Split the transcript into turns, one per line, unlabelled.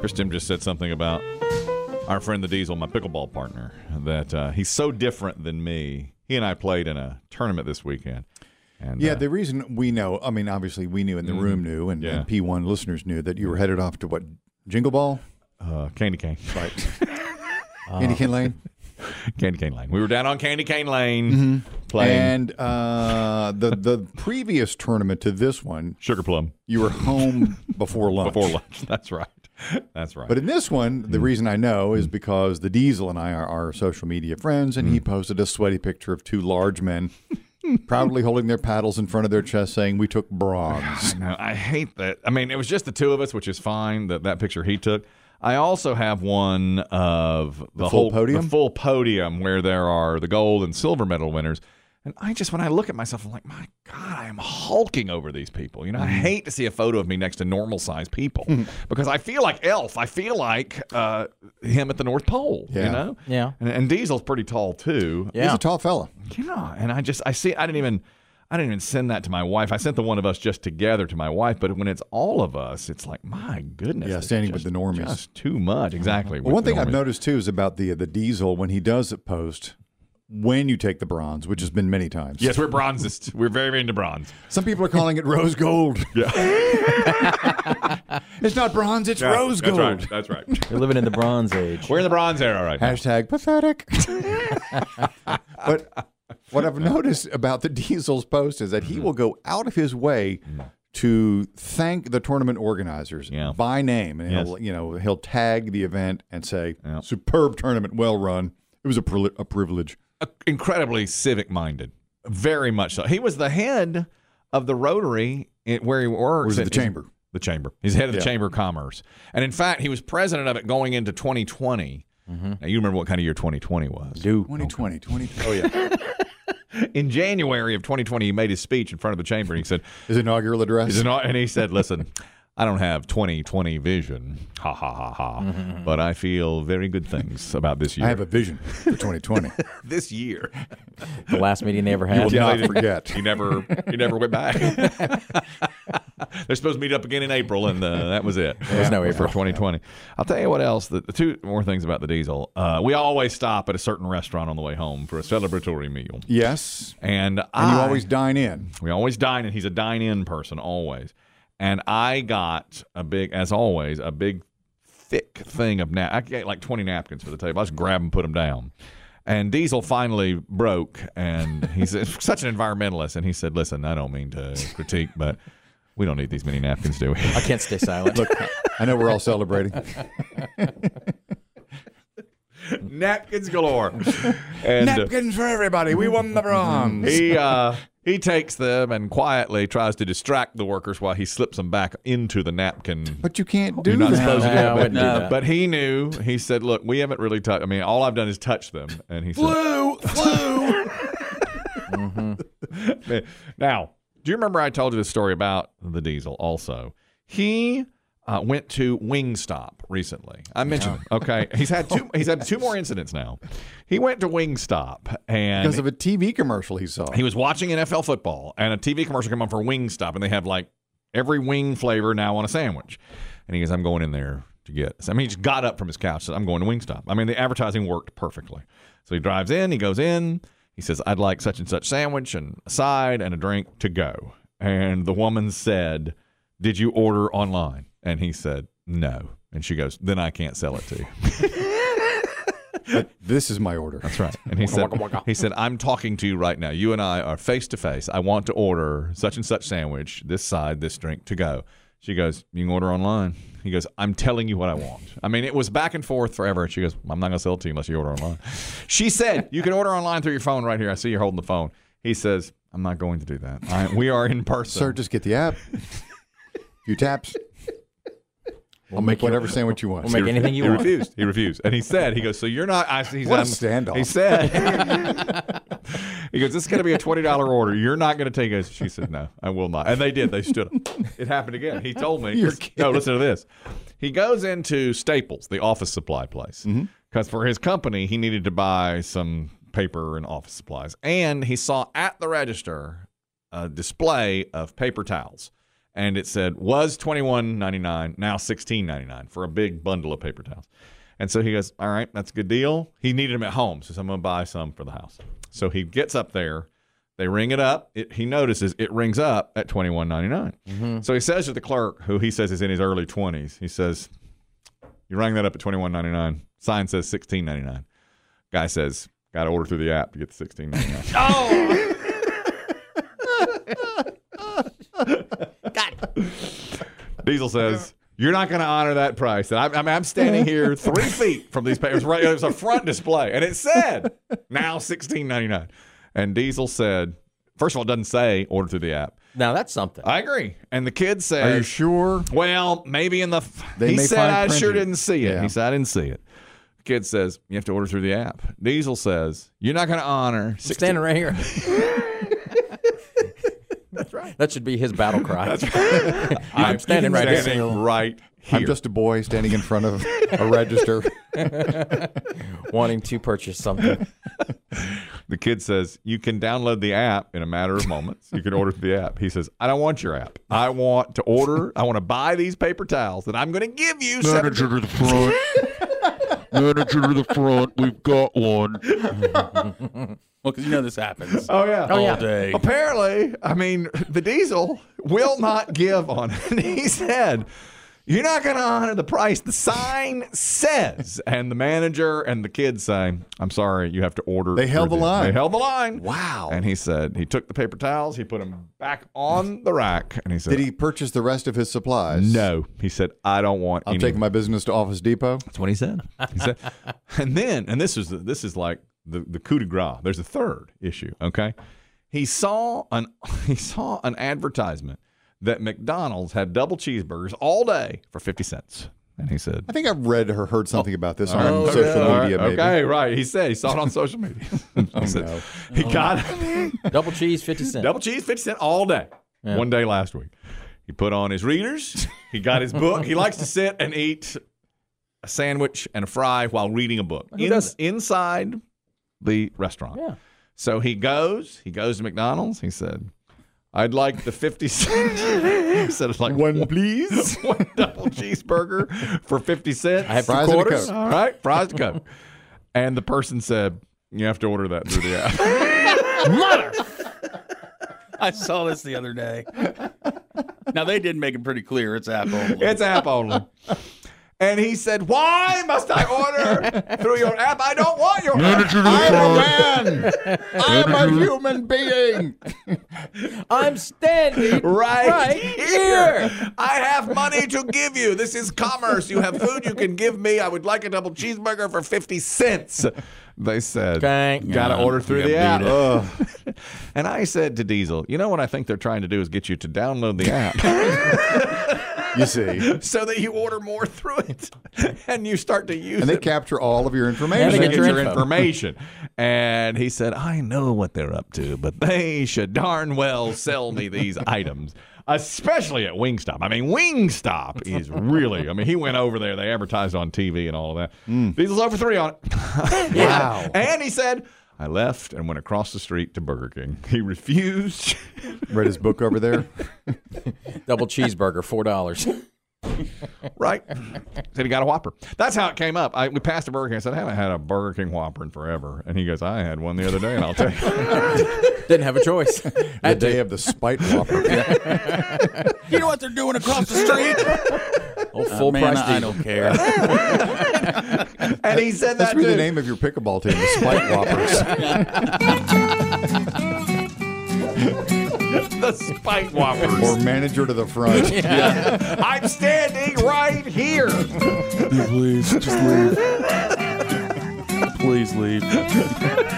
Christim just said something about our friend the Diesel, my pickleball partner, that uh, he's so different than me. He and I played in a tournament this weekend. And,
Yeah,
uh, Mm,
the reason we know, I mean, obviously we knew and the room knew and,
Yeah.
and P1 listeners knew that you were headed off to what, Jingle Ball?
uh, Candy Cane.
Right.
Uh,
Andy Ken Lane?
Candy Cane Lane. We were down on Candy Cane Lane playing
Mm-hmm. And uh, the, the previous tournament to this one,
Sugar Plum
you were home before lunch.
before lunch. Mm. That's right. That's right.
But in this one, the reason I know is because the Diesel and I are, are social media friends, and
Mm.
he posted a sweaty picture of two large men proudly holding their paddles in front of their chest, saying, "We took bronze."
No, I hate that. I mean, it was just the two of us, which is fine. That that picture he took. I also have one of the,
full
whole
podium?
the full podium where there are the gold and silver medal winners. And I just, when I look at myself, I'm like, my God, I am hulking over these people. You know, I
Mm.
hate to see a photo of me next to normal sized people because I feel like Elf. I feel like uh, him at the North Pole. You
Yeah.
know.
Yeah.
And, and Diesel's pretty tall too.
He's
Yeah.
a tall fella.
Yeah, and I just I see I didn't even I didn't even send that to my wife. I sent the one of us just together to my wife, but when it's all of us, it's like my goodness.
Yeah,
it's
standing with
just-
the normies.
Just too much. Exactly.
Well, one
with the
thing I've
normies.
noticed too is about the the Diesel when he does post when you take the bronze, which has been many times.
Yes, we're bronzist. we're very into bronze.
Some people are calling it rose gold.
Yeah.
It's not bronze, it's rose gold.
That's right. That's right.
We're living in the Bronze Age.
We're in the bronze era right now.
Hashtag pathetic. but what I've noticed about the Diesel's post is that
Mm-hmm.
he will go out of his way to thank the tournament organizers
Yeah.
by name, and he'll
Yes.
you know he'll tag the event and say,
Yeah.
"Superb tournament, well run. It was a, pri- a privilege."
Uh, Incredibly civic minded. Very much so. He was the head of the Rotary it, where he works.
Was it
at-
the chamber?
the chamber. He's head of the
Yeah.
chamber of commerce, and in fact, he was president of it going into 2020.
Mm-hmm.
Now you remember what kind of year 2020 was?
do.
2020, 2020. Oh yeah,
In January of 2020, he made his speech in front of the chamber, and he said,
his inaugural address.
He's an, and he said, "Listen, I don't have 2020 vision, ha ha ha ha, but I feel very good things about this year.
I have a vision for 2020.
this year.
The last meeting they ever
you will
had.
not forget.
He never, he never went back. They're supposed to meet up again in April, and uh, that was it.
There's no
for
April.
2020. I'll tell you what else. The, the two more things about the diesel. Uh, we always stop at a certain restaurant on the way home for a celebratory meal,
Yes,
and,
and
I,
you always dine in.
we always dine, and he's a dine-in person always. And I got a big, as always, a big thick thing of nap. I get like 20 napkins for the table. I just grab them, put them down. And Diesel finally broke, and he's such an environmentalist. And he said, "Listen, I don't mean to critique, but we don't need these many napkins, do we?"
I can't stay silent.
Look, I know we're all celebrating.
napkins galore. And uh,
Napkins for everybody. We won the bronze.
he uh, he takes them and quietly tries to distract the workers while he slips them back into the napkin.
But you can't do
You're not
that.
supposed to do it,
No, I
but,
wouldn't do that.
but he knew. He said, "Look, we haven't really touched. I mean, all I've done is touch them." And he said,
Flu, flu.
Now, do you remember I told you this story about the diesel also? He uh, went to Wingstop recently. I mentioned it. Okay. He's had
Oh,
two he's had two more incidents now. He went to Wingstop and
Because of a TV commercial he saw.
he was watching NFL football and a TV commercial came on for Wingstop and they have like every wing flavor now on a sandwich. And he goes, I'm going in there to get this. I mean, he just got up from his couch and said, I'm going to Wingstop. I mean, the advertising worked perfectly. So he drives in, he goes in, he says, I'd like such and such sandwich and a side and a drink to go. And the woman said, Did you order online? And he said, No. And she goes, Then I can't sell it to you.
this is my order.
That's right. And he said, he said, I'm talking to you right now. You and I are face to face. I want to order such and such sandwich, this side, this drink to go. She goes, You can order online. He goes, I'm telling you what I want. I mean, it was back and forth forever. And she goes, I'm not going to sell it to you unless you order online. She said, You can order online through your phone right here. I see you're holding the phone. He says, I'm not going to do that. I, we are in person.
Sir, just get the app. Few taps. I'll make whatever sandwich you want.
We'll make anything you
he
want.
refused. He refused, and he said, "He goes, so you're not." I, he's,
What a
I'm-
standoff.
He said, "He goes, this is going to be a twenty dollar order. You're not going to take it." She said, "No, I will not." And they did. They stood. up. It happened again. He told me.
You're kidding.
No, listen to this. He goes into Staples, the office supply place, because for his company he needed to buy some paper and office supplies, and he saw at the register a display of paper towels. and it said was twenty one ninety nine, now sixteen ninety nine for a big bundle of paper towels. And so he goes, all right, that's a good deal. He needed them at home, so I'm gonna buy some for the house. So he gets up there. They ring it up. It, he notices it rings up at twenty one ninety nine. So he says to the clerk, who he says is in his early twenties, he says, "You rang that up at twenty one ninety nine. Sign says sixteen ninety nine. Guy says, "Got to order through the app to get the sixteen ninety nine. Diesel says, "You're not going to honor that price." And I'm, I'm, I'm standing here three feet from these papers. Right, it was a front display, and it said now sixteen ninety nine. And Diesel said, first of all, it doesn't say order through the app.
Now that's something.
I agree. And the kid
Are you
says,
sure?
"Well, maybe in the." f-"
They
he
may
said,
find
"I sure
printing."
didn't see it."
Yeah.
He said, "I didn't see it." Kid says, "You have to order through the app." Diesel says, "You're not going to honor." 16-
Standing right here. that's right. That should be his battle cry. I'm standing right here.
standing right here.
I'm just a boy standing in front of a register.
wanting to purchase something.
The kid says, You can download the app in a matter of moments. You can order through the app. He says, I don't want your app. I want to order, I want to buy these paper towels that I'm going to give you. seven-
Manager to the front. Manager to the front. We've got one.
Well, because you know this happens.
Oh, yeah.
all
yeah.
day.
Apparently, I mean, the diesel will not give on it. And he said, You're not going to honor the price. The sign says. And the manager and the kid say, I'm sorry, you have to order.
They held
through
the line.
They held the line.
Wow.
And he said, He took the paper towels, he put them back on the rack, and he said,
Did he purchase the rest of his supplies?
No, he said, I don't want.
I'm
any-
taking my business to Office Depot.
That's what he said. He said, and then, and this is the, this is like the the coup de grace. There's a third issue. Okay, he saw an he saw an advertisement that McDonald's had double cheeseburgers all day for fifty cents, and he said.
I think I've read or heard something about this on
"Oh,
social
yeah,
media,
all right,
maybe.
Okay, right. He said he saw it on social media. he said,
no.
he got
Double cheese, fifty cents.
double cheese, fifty cent all day. One day last week, he put on his readers. He got his book. he likes to sit and eat a sandwich and a fry while reading a book
Who
In-
doesn't?
inside the restaurant.
Yeah.
So he goes. He goes to McDonald's. He said, "I'd like the fifty cent." he said, "Like
One, please.
one double cheeseburger for fifty cents."
I have two
Fries and a
quarters.
Coke.
All right, fries to go. And the person said, "You have to order that through the app."
I saw this the other day. Now they did make it pretty clear it's Apple.
It's app only. And he said, Why must I order through your app? I don't want your app.
Manager to the front.
I'm a man. I'm a human being.
I'm standing
Right,
right here.
I have money to give you. This is commerce. You have food you can give me. I would like a double cheeseburger for 50 cents. They said,
Okay.
Gotta
Yeah,
order through
yeah,
the app.
beat
Ugh. and I said to Diesel, You know what I think they're trying to do is get you to download the app.
You see.
so that you order more through it and you start to use
And they
it.
capture all of your
And
they
they
information.
get, your,
info.
information. And he said, I know what they're up to, but they should darn well sell me these items, especially at Wingstop. I mean, Wingstop is really, I mean, he went over there, they advertised on TV and all of that. Diesel's over three on it.
Wow.
And he said, I left and went across the street to Burger King. He refused.
Read his book over there.
Double cheeseburger, four dollars.
right? Said he got a Whopper. That's how it came up. I, we passed a Burger King. I said, I haven't had a Burger King Whopper in forever. And he goes, I had one the other day, and I'll tell you.
Didn't have a choice.
The day of the spite whopper.
you know what they're doing across the street?
Old full
Man,
price
I
deal.
don't care.
and he said
That
that
should be the
too.
name of your pickleball team, the Spike Whoppers.
the Spike
or
Whoppers.
manager to the front.
I'm standing right here.
Please, just leave. Please leave.